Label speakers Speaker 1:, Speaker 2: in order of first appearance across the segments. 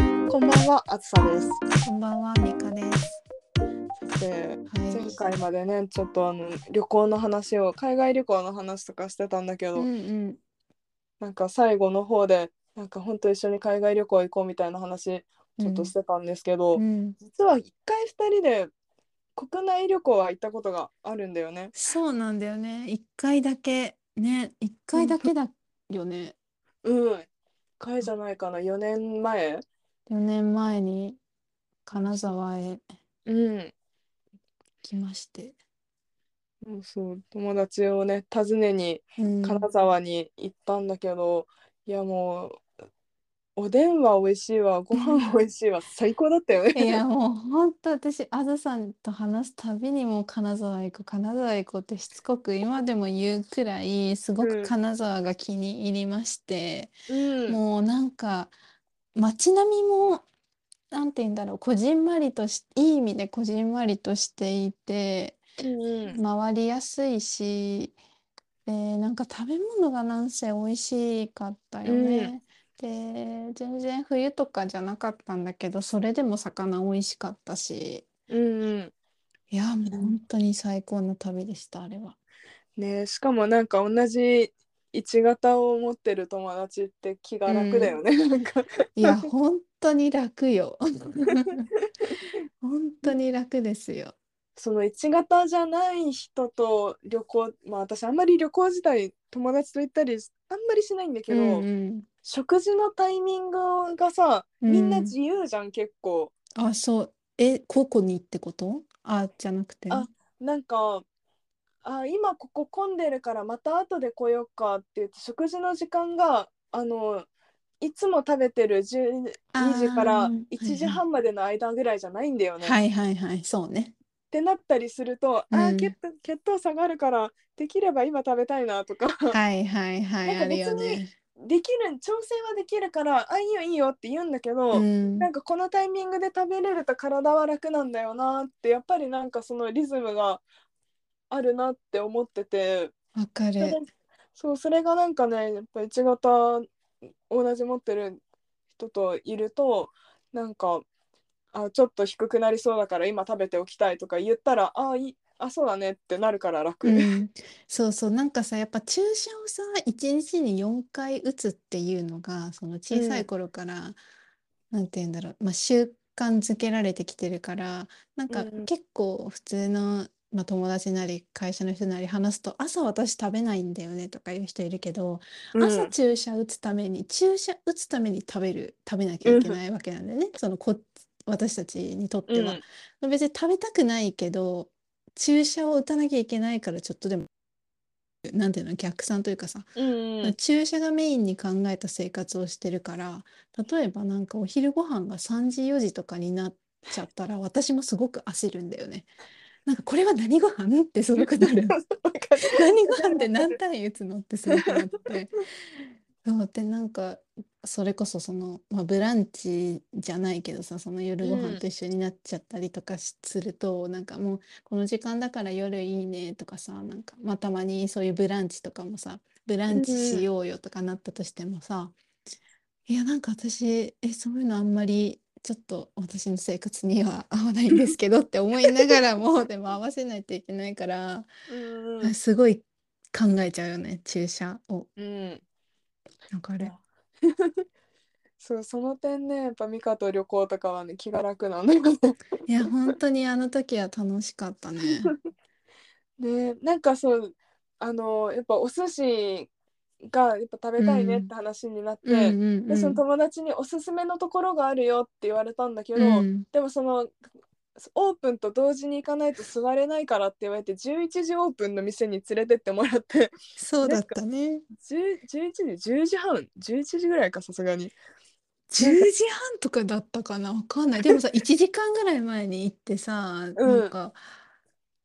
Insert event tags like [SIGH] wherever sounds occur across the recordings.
Speaker 1: んは、あつさです。
Speaker 2: こんばんは、みかです。
Speaker 1: さて、前
Speaker 2: は
Speaker 1: 回までね、ちょっとあの旅行の話を、海外旅行の話とかしてたんだけ
Speaker 2: い。
Speaker 1: ど、
Speaker 2: うん
Speaker 1: なんか最後の方で、なんか本当一緒に海外旅行行こうみたいな話、
Speaker 2: う
Speaker 1: ち
Speaker 2: ん。
Speaker 1: ょっとしてたんですけど、
Speaker 2: うん。
Speaker 1: 実は一回二人で国内旅行は行ったことがあるんだよね。
Speaker 2: そうなんだよね。一回だけ。ね、一回だけだよね。
Speaker 1: うん。一回じゃないかな、4年前。
Speaker 2: 4年前に金沢へ
Speaker 1: うん。
Speaker 2: 来まして。
Speaker 1: そうそう友達をね訪ねに
Speaker 2: うん
Speaker 1: 金沢に行ったんだけど、いやもうおでんは美味しい [LAUGHS] わご飯美味しいわ最高だったよ
Speaker 2: い
Speaker 1: ね。
Speaker 2: やもうほんと私あずさんと話すたびにもう金沢へ行こう金沢へ行こうってしつこく今でも言うくらいすご
Speaker 1: うん
Speaker 2: く金沢が気に入りまして、
Speaker 1: うん、
Speaker 2: もうなんか街並みもなんて言うんだろうこじんまりとしいい意味でこじんまりとしていて
Speaker 1: うん
Speaker 2: 回りやすいしでなんか食べ物がなんせ美味しかったよね。で全然冬とかじゃなかったんだけどそれでも魚美味しかったし
Speaker 1: うんうん
Speaker 2: いやもう本当に最高の旅でしたあれは。
Speaker 1: ねしかもなんか同じ一型を持ってる友達って気が楽だよね、なんか [LAUGHS]
Speaker 2: いや本当に楽よ。 [LAUGHS] 本当に楽ですよ。
Speaker 1: その一型じゃない人と旅行まあ私あんまり旅行自体友達と行ったりあんまりしないんだけど、
Speaker 2: うんうん
Speaker 1: 食事のタイミングがさみんな
Speaker 2: うん
Speaker 1: 自由じゃん、結構
Speaker 2: あ、そう。え、ここにってことあ、じゃなくて。
Speaker 1: あなんかあ今ここ混んでるからまた後で来ようかって言って食事の時間があのいつも食べてる12時から
Speaker 2: あー
Speaker 1: 1時半までの間ぐらいじゃないんだよね。
Speaker 2: はいはいはい、そうね。
Speaker 1: ってなったりすると、
Speaker 2: うん
Speaker 1: あー血糖血糖下がるからできれば今食べたいなとか [LAUGHS]
Speaker 2: はいはいはい、
Speaker 1: なんか
Speaker 2: あるよ
Speaker 1: 別に
Speaker 2: ね。
Speaker 1: できる調整はできるからあいいよいいよって言うんだけど、
Speaker 2: うん。
Speaker 1: なんかこのタイミングで食べれると体は楽なんだよなってやっぱりなんかそのリズムがあるなって思ってて
Speaker 2: わか
Speaker 1: それ
Speaker 2: る。
Speaker 1: そうそれがなんかねやっぱ一型同じ持ってる人といるとなんかあちょっと低くなりそうだから今食べておきたいとか言ったらあいいあそうだねってなるから楽。
Speaker 2: うん。そうそう、なんかさ、やっぱ注射をさ、一日に4回打つっていうのが、その小さ
Speaker 1: うん
Speaker 2: い頃から、なんて言うんだろう、まあ、習慣づけられてきてるから、なんか
Speaker 1: うんうん
Speaker 2: 結構普通の、まあ、友達なり会社の人なり話すと、朝私食べないんだよねとか言う人いるけど、朝注射打つために注射打つために食べる食べなきゃいけないわけなんでね、そのこ私たちにとっては、別に食べたくないけど注射を打たなきゃいけないからちょっとでもなんていうの逆算というかさ、
Speaker 1: うん [LAUGHS] うんうん
Speaker 2: 注射がメインに考えた生活をしてるから例えばなんかお昼ご飯が3時4時とかになっちゃったら私もすごく焦るんだよね。なんかこれは何ご飯ってすごくなる。
Speaker 1: わかる
Speaker 2: [LAUGHS] 何ご飯って何単位打つのってすごくなってそうでなんかそれこそその、まあ、ブランチじゃないけどさその夜ご
Speaker 1: うん
Speaker 2: 飯と一緒になっちゃったりとかしすると、なんかもうこの時間だから夜いいねとかさなんか、まあ、たまにそういうブランチとかもさブランチ
Speaker 1: うん
Speaker 2: しようよとかなったとしてもさ、いやなんか私えそういうのあんまりちょっと私の生活には合わないんですけどって思いながらもでも合わせないといけないから。
Speaker 1: うん
Speaker 2: あすごい考えちゃうよね注射を
Speaker 1: うんうん
Speaker 2: なんかあれ
Speaker 1: そうその点ねやっぱミカと旅行とかはね気が楽なんだよね。 [LAUGHS]
Speaker 2: いや本当にあの時は楽しかったね
Speaker 1: ねなんかそうあのやっぱお寿司がやっぱ食べたいねって話になって、
Speaker 2: うんうんう
Speaker 1: でその
Speaker 2: ん
Speaker 1: 友達におすすめのところがあるよって言われたんだけど、
Speaker 2: うん
Speaker 1: でもそのオープンと同時に行かないと座れないからって言われて11時オープンの店に連れてってもらって [LAUGHS]
Speaker 2: そうだったね
Speaker 1: 10 11時10時半11時ぐらいかさすがに。
Speaker 2: 10時半とかだったかなわかんないでもさ1時間ぐらい前に行ってさなんか「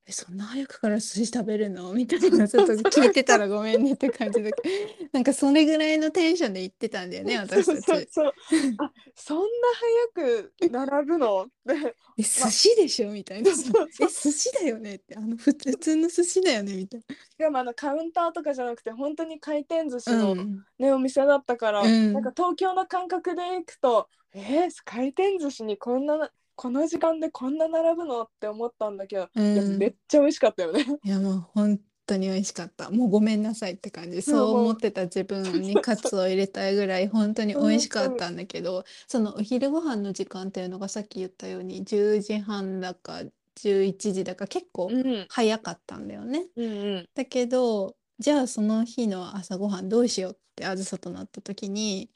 Speaker 2: えそんな早くから寿司食べるの?」みたいなちょっと聞いてたらごめんねって感じだけ
Speaker 1: [LAUGHS]
Speaker 2: どなんかそれぐらいのテンションで行ってたんだよね私
Speaker 1: そう
Speaker 2: た
Speaker 1: そう
Speaker 2: ち。
Speaker 1: そうあそんな早く並ぶのって
Speaker 2: え寿司でしょみたいな
Speaker 1: [LAUGHS]
Speaker 2: さ
Speaker 1: そう
Speaker 2: え寿司だよねってあのふ普通の寿司だよねみたいな。
Speaker 1: でもあのカウンターとかじゃなくて本当に回転寿司の
Speaker 2: うん
Speaker 1: ね、お店だったから、
Speaker 2: うん
Speaker 1: なんか東京の感覚で行くとえー、回転寿司にこんななこの時間でこんな並ぶのって思ったんだけど、い
Speaker 2: う
Speaker 1: や
Speaker 2: ん
Speaker 1: めっちゃ美味しかったよね。
Speaker 2: いやもう本当に美味しかったもうごめんなさいって感じ
Speaker 1: うん
Speaker 2: そう
Speaker 1: もう
Speaker 2: 思ってた自分にカツを入れたいぐらい本当に美味しかったんだけどそのお昼ご飯の時間っていうのがさっき言ったように10時半だか11時だか結構
Speaker 1: うん
Speaker 2: 早かったんだよね。
Speaker 1: うん
Speaker 2: だけどじゃあその日の朝ごはんどうしようってあずさとなった時に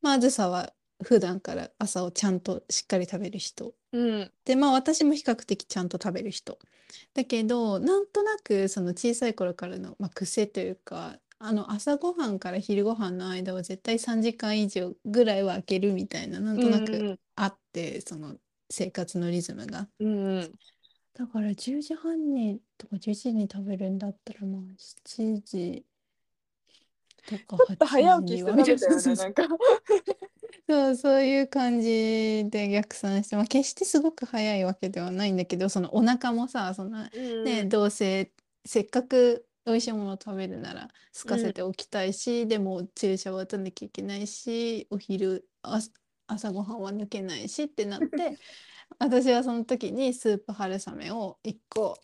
Speaker 2: まああずさは普段から朝をちゃんとしっかり食べる人
Speaker 1: うん
Speaker 2: でまあ私も比較的ちゃんと食べる人だけどなんとなくその小さい頃からの、まあ、癖というかあの朝ごはんから昼ごはんの間は絶対3時間以上ぐらいは空けるみたいななん
Speaker 1: う
Speaker 2: と
Speaker 1: ん
Speaker 2: な
Speaker 1: う
Speaker 2: く
Speaker 1: ん
Speaker 2: あってその生活のリズムが。
Speaker 1: うんうん
Speaker 2: だから10時半にとか11時に食べるんだったらまあ7時とか
Speaker 1: ちょっと
Speaker 2: 8
Speaker 1: 早起き
Speaker 2: 時
Speaker 1: し
Speaker 2: に
Speaker 1: て
Speaker 2: は
Speaker 1: 食べ
Speaker 2: み
Speaker 1: たよ
Speaker 2: たいなそ
Speaker 1: ね
Speaker 2: う
Speaker 1: な
Speaker 2: そうん [LAUGHS]
Speaker 1: か。
Speaker 2: そうそういう感じで逆算して、まあ、決してすごく早いわけではないんだけどそのお腹もさそんな、
Speaker 1: うん
Speaker 2: ね、
Speaker 1: うん
Speaker 2: どうせせっかく美味しいものを食べるなら空か
Speaker 1: う
Speaker 2: せ
Speaker 1: ん
Speaker 2: ておきたいし、でも注射は打たなきゃいけないしお昼あ朝ごはんは抜けないしってなって私はその時にスープ春雨を1個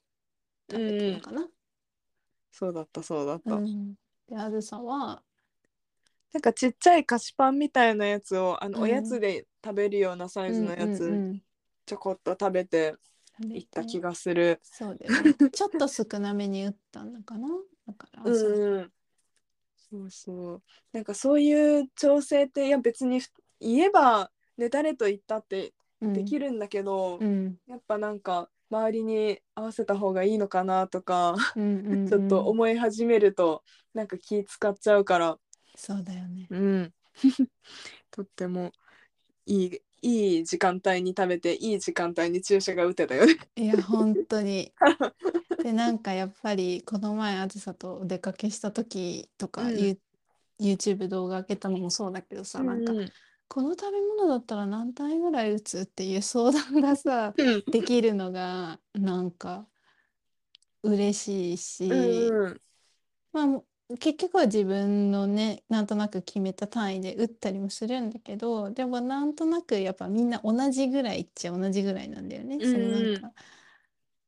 Speaker 2: 食べたのかな。
Speaker 1: そうだったそうだっ
Speaker 2: う
Speaker 1: た。
Speaker 2: ん、であずさは、
Speaker 1: なんかちっちゃい菓子パンみたいなやつをあの
Speaker 2: うん
Speaker 1: おやつで食べるようなサ
Speaker 2: う
Speaker 1: イズ
Speaker 2: ん
Speaker 1: のや
Speaker 2: うんう
Speaker 1: つ
Speaker 2: ん、
Speaker 1: ちょこっと食べて
Speaker 2: 食べ
Speaker 1: いった気
Speaker 2: て。
Speaker 1: がする。
Speaker 2: そうだよね。ちょっと少なめに打ったのかな。だから
Speaker 1: う
Speaker 2: 朝。
Speaker 1: んうんそうそう。なんかそういう調整っていや別にふ言えばね誰と言ったって
Speaker 2: うん、
Speaker 1: できるんだけど、
Speaker 2: うん、
Speaker 1: やっぱなんか周りに合わせた方がいいのかなとか
Speaker 2: うん、うん、
Speaker 1: ちょっと
Speaker 2: うん
Speaker 1: 思い始めるとなんか気使っちゃうから、
Speaker 2: そうだよね。
Speaker 1: うん、 [LAUGHS] とってもいいいい時間帯に食べていい時間帯に注射が打てたよね。
Speaker 2: いや、本
Speaker 1: [LAUGHS]
Speaker 2: 当に。で、なんかやっぱり、この前、あずさとお出かけした時とか、
Speaker 1: うん
Speaker 2: ユー YouTube 動画上げたのもそうだけどさ、なんか、この食べ物だったら何体ぐらい打つっていう相談がさ、
Speaker 1: うん
Speaker 2: できるのが、なんか、嬉しいし、
Speaker 1: うん
Speaker 2: まあ、もう結局は自分のね、なんとなく決めた単位で打ったりもするんだけど、でもなんとなくやっぱみんな同じぐらいっちゃ同じぐらいなんだよね。
Speaker 1: うん
Speaker 2: そのな
Speaker 1: うん
Speaker 2: んか、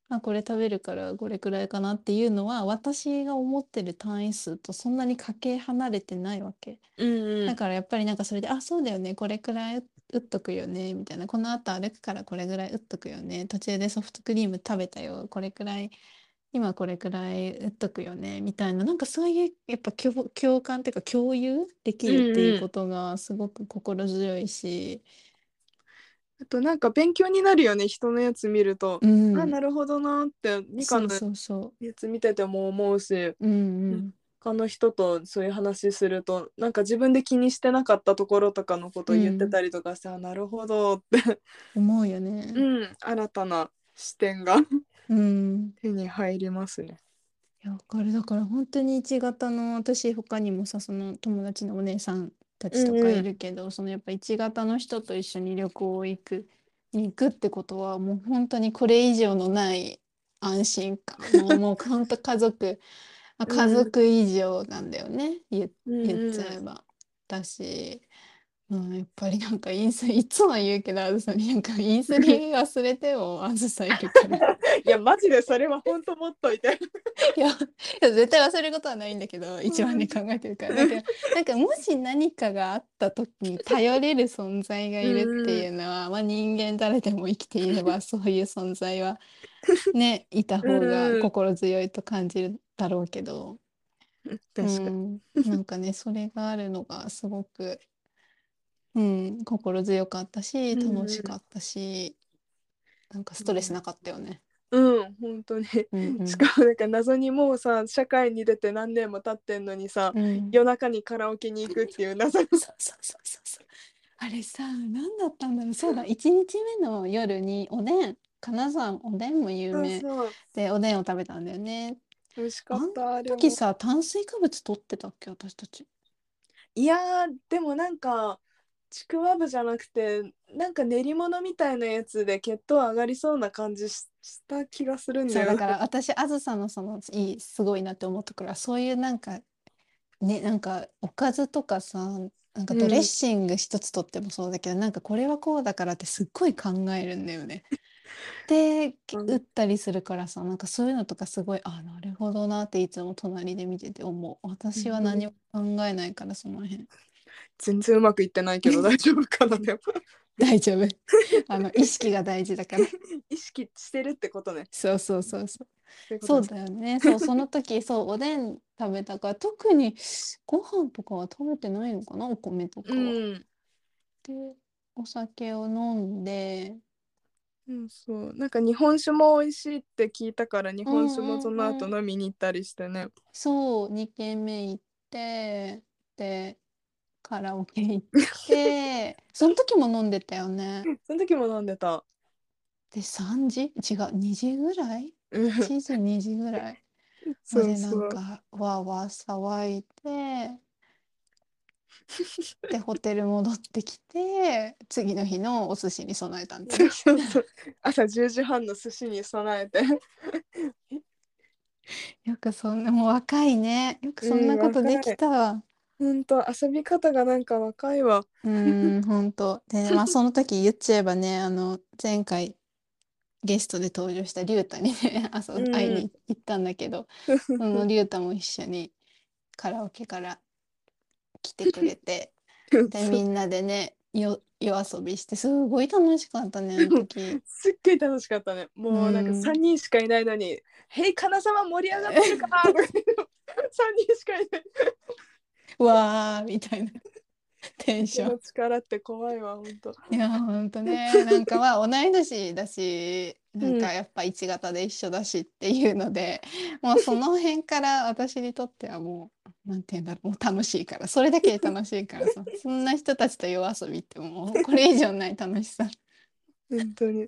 Speaker 2: あ、これ食べるからこれくらいかなっていうのは、私が思ってる単位数とそんなにかけ離れてないわけ。
Speaker 1: うんう
Speaker 2: だ
Speaker 1: ん
Speaker 2: からやっぱりなんかそれで、あ、そうだよね、これくらい打っとくよね、みたいな、この後歩くからこれぐらい打っとくよね、途中でソフトクリーム食べたよ、これくらい、今これくらい打っとくよね、みたいな、なんかそういうやっぱ共、共感っていうか共有できるっ
Speaker 1: う
Speaker 2: て
Speaker 1: ん
Speaker 2: い
Speaker 1: うん
Speaker 2: うことがすごく心強いし、
Speaker 1: あとなんか勉強になるよね人のやつ見ると、
Speaker 2: うん、
Speaker 1: あなるほどなってみか
Speaker 2: そ
Speaker 1: の
Speaker 2: うそうそ
Speaker 1: やつ見てても思うし
Speaker 2: う、うんうん、
Speaker 1: 他の人とそういう話するとなんか自分で気にしてなかったところとかのこと言ってたりとかして、あなるほどって、
Speaker 2: 思うよね。
Speaker 1: うん、 [LAUGHS] 新たな視点が
Speaker 2: うん
Speaker 1: 手に入りますね。
Speaker 2: いや、わかる。だから本当に1型の私他にもさその友達のお姉さんたちと
Speaker 1: うん
Speaker 2: か
Speaker 1: うん
Speaker 2: いるけど、そのやっぱ1型の人と一緒に旅行行くに行くってことはもう本当にこれ以上のない安心感も
Speaker 1: [LAUGHS]
Speaker 2: うもう本当家族あ
Speaker 1: うん
Speaker 2: 家族以上なんだよね言言っちゃえ
Speaker 1: う
Speaker 2: ば。だし、うん、やっぱりなんかインスリンいつも言うけどあずさになんかインスリン忘れてもあずさいるから。
Speaker 1: いやマジでそれは本当持っといて。
Speaker 2: いや、い [LAUGHS] や絶対忘れることはないんだけど、一番に考えてるから。だけど、なんかもし何かがあった時に頼れる存在がいるっていうのは、まあ人間誰でも生きていれ [LAUGHS] ば、そういう存在はね、いた方
Speaker 1: う
Speaker 2: が
Speaker 1: ん
Speaker 2: 心強いと感じるだろうけど、うん、なんかね、それがあるのがすごく、うん、心強かったし、
Speaker 1: うん
Speaker 2: 楽しかったし、なんかストレスなかったよね。
Speaker 1: うん本当に、
Speaker 2: うんうん
Speaker 1: しかもなんか謎にもうさ社会に出て何年も経ってんのにさ、
Speaker 2: うん
Speaker 1: 夜中にカラオケに行くっていう謎の
Speaker 2: そうそうそうそうそう。あれさ、何だったんだろう。そうだ、1日目の夜におでん、金沢のおでんも有名
Speaker 1: そう
Speaker 2: で、おでんを食べたんだよね。
Speaker 1: 美味しかったあれも
Speaker 2: 時さ、炭水化物取ってたっけ、私たち。
Speaker 1: いやーでもなんかちくわぶじゃなくてなんか練り物みたいなやつで血糖上がりそうな感じしした気がするん
Speaker 2: そ
Speaker 1: だ
Speaker 2: う、
Speaker 1: よ
Speaker 2: だ
Speaker 1: な
Speaker 2: から私、あずさのその、いい、すごいなって思ったから、そういうなんか、ね、なんか、おかずとかさ、なんか
Speaker 1: うん
Speaker 2: ドレッシング一つとってもそうだけど、なんかこれはこうだからってすっごい考えるんだよ
Speaker 1: [LAUGHS]
Speaker 2: ね。で
Speaker 1: うん
Speaker 2: 打ったりするからさなんかそういうのとかすごいあなるほどなっていつも隣で見てて思う私は何も考えないからその辺
Speaker 1: [LAUGHS] 全然うまくいってないけど大丈夫かなでも
Speaker 2: 大丈夫 [LAUGHS] あの意識が大事だから [LAUGHS]
Speaker 1: 意識してるってことね
Speaker 2: そうそうそうそう
Speaker 1: そういうこ
Speaker 2: そ
Speaker 1: と
Speaker 2: う
Speaker 1: です
Speaker 2: だよね。そう、その時、そう、おでん食べたから、特にご飯とかは食べてないのかな、お米とかは。
Speaker 1: うん
Speaker 2: で、お酒を飲んで、
Speaker 1: うん、そうなんか日本酒も美味しいって聞いたから日本酒
Speaker 2: うんうんう
Speaker 1: も
Speaker 2: ん
Speaker 1: その後飲みに行ったりしてね、
Speaker 2: そう、2軒目行って、で、カラオケ行って、 [LAUGHS] その時も飲んでたよね。
Speaker 1: [LAUGHS] その時も飲んでた、
Speaker 2: で、3時違う、2時ぐ
Speaker 1: [LAUGHS]
Speaker 2: らい
Speaker 1: うん、
Speaker 2: ?1 時、2時ぐらい。
Speaker 1: そう
Speaker 2: でな
Speaker 1: そ [LAUGHS]
Speaker 2: ん
Speaker 1: う
Speaker 2: かわーわー騒いででホテル戻ってきて次の日のお寿司に備えたんだ
Speaker 1: [LAUGHS] そう
Speaker 2: ね
Speaker 1: そうそう朝10時半の寿司に備えて [LAUGHS]
Speaker 2: よくそん [LAUGHS] なもう若いねよくそんなことでき
Speaker 1: [LAUGHS]
Speaker 2: たわ
Speaker 1: ほんと遊び方がなんか若いわ
Speaker 2: うんほんとでまあその時言っちゃえばねあの前回ゲストで登場したリュウタにね [LAUGHS] あそう
Speaker 1: うん
Speaker 2: 会いに行ったんだけ
Speaker 1: [LAUGHS]
Speaker 2: どそのリュウタも一緒にカラオケから来てく
Speaker 1: [LAUGHS]
Speaker 2: れて。でみんなでねよ夜遊びしてすごい楽しかったねあの
Speaker 1: [LAUGHS]
Speaker 2: 時
Speaker 1: すっごい楽しかったねもうなんか
Speaker 2: うん
Speaker 1: 3人しかいないのに「へい金沢盛り上がってるか!」 [LAUGHS] とか言うの三人しかいない
Speaker 2: わーみたいな [LAUGHS] テンシ
Speaker 1: 人
Speaker 2: ョン
Speaker 1: の力って怖いわほんと
Speaker 2: いやほんとねなんかまあ同い年だしなん
Speaker 1: う
Speaker 2: かやっぱ一型で一緒だしっていうので、もうその辺から私にとってはもうなんて言うんだろうもう楽しいからそれだけで楽しいからさそんな人たちと夜遊びってもうこれ以上ない楽しさ
Speaker 1: 本当に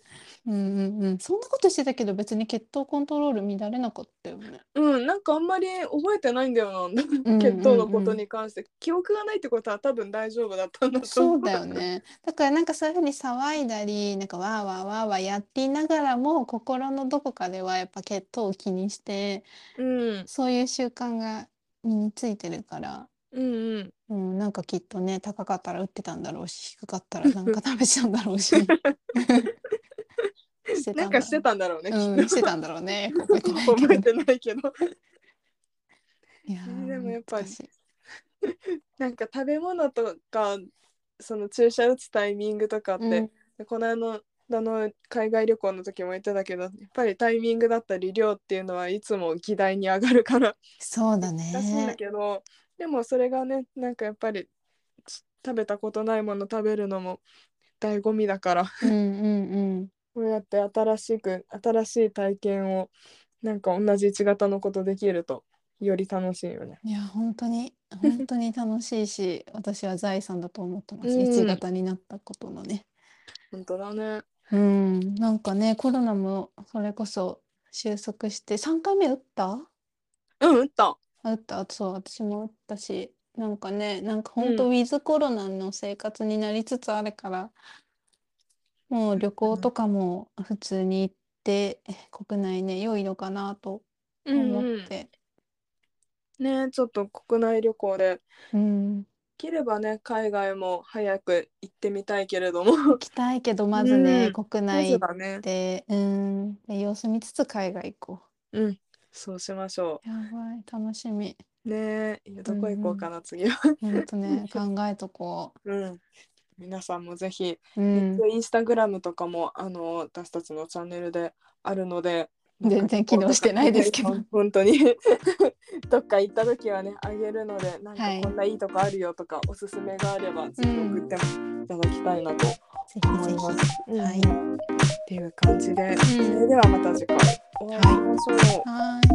Speaker 2: うんうんうんそんなことしてたけど別に血糖コントロール乱れなかったよね
Speaker 1: うんなんかあんまり覚えてないんだよな
Speaker 2: うん
Speaker 1: 血糖のこ
Speaker 2: うんう
Speaker 1: と
Speaker 2: ん
Speaker 1: に関して、記憶がないってことは多分大丈夫だったんだと
Speaker 2: そ
Speaker 1: 思
Speaker 2: うだよね。だからなんかそういうふうに騒いだり、なんかわーわーわーわーやっていながらも、心のどこかではやっぱ血糖を気にして、
Speaker 1: [LAUGHS] うん
Speaker 2: そういう習慣が身についてるから、
Speaker 1: うんうん
Speaker 2: うん、なんかきっとね、高かったら打ってたんだろうし、低かったらなんか食べちゃうんだろうし。し
Speaker 1: [LAUGHS] な
Speaker 2: てた
Speaker 1: ん
Speaker 2: んだ
Speaker 1: かしてたんだろうね、
Speaker 2: ろう。うん、してたんだろうね。よく覚えてな
Speaker 1: [LAUGHS] 覚えて
Speaker 2: いけど。
Speaker 1: ないけど
Speaker 2: いやー
Speaker 1: でもやっぱり
Speaker 2: 懐かしい
Speaker 1: なんか食べ物とかその注射打つタイミングとかって、
Speaker 2: うん
Speaker 1: でこの間の海外旅行の時も言ってたけどやっぱりタイミングだったり量っていうのはいつも議題に上がるから
Speaker 2: そうだ
Speaker 1: らしいんだ
Speaker 2: ね。
Speaker 1: けど、でもそれがねなんかやっぱりち食べたことないもの食べるのも醍醐味だから
Speaker 2: うんうんうん。
Speaker 1: こうやって新しく新しい体験をなんか同じ1型のことできるとより楽しいよね。
Speaker 2: いや本当に本当に楽しいし私は財産だと思ってます
Speaker 1: うん
Speaker 2: 一型になったことのね
Speaker 1: 本当だね。
Speaker 2: うんなんかねコロナもそれこそ収束して3回目打った
Speaker 1: うん打った。
Speaker 2: あ打ったそう私も打ったしなんかねなんか
Speaker 1: うん
Speaker 2: 本当ウィズコロナの生活になりつつあるからもう旅行とかも普通に行って国内ね良いのかなと思って
Speaker 1: ねちょっと国内旅行で
Speaker 2: うん
Speaker 1: できればね海外も早く行ってみたいけれども
Speaker 2: 行きたいけどまずね
Speaker 1: うん
Speaker 2: 国
Speaker 1: ま
Speaker 2: 内
Speaker 1: ずだね。
Speaker 2: で、うん、で様子見つつ海外行こ
Speaker 1: うんそうしましょ
Speaker 2: う。やばい、楽しみ。
Speaker 1: [LAUGHS] う。ねいやどこ行こうかな、次は。
Speaker 2: ほんとね、考えとこ
Speaker 1: うん皆さんもぜひ、
Speaker 2: う。うん、
Speaker 1: インスタグラムとかもあの私たちのチャンネルであるので
Speaker 2: 全然機能してないですけど。
Speaker 1: 本当に [LAUGHS] どっか行った時はねあげるのでなんか
Speaker 2: はい
Speaker 1: こんないいとこあるよとかおすすめがあればぜひ送ってもいただきたいなと
Speaker 2: ぜひ
Speaker 1: 思
Speaker 2: ぜ
Speaker 1: います。
Speaker 2: ひ。はい
Speaker 1: っ。ていう感じで、
Speaker 2: ん
Speaker 1: それではまた次回お会いしましょう。
Speaker 2: はーい。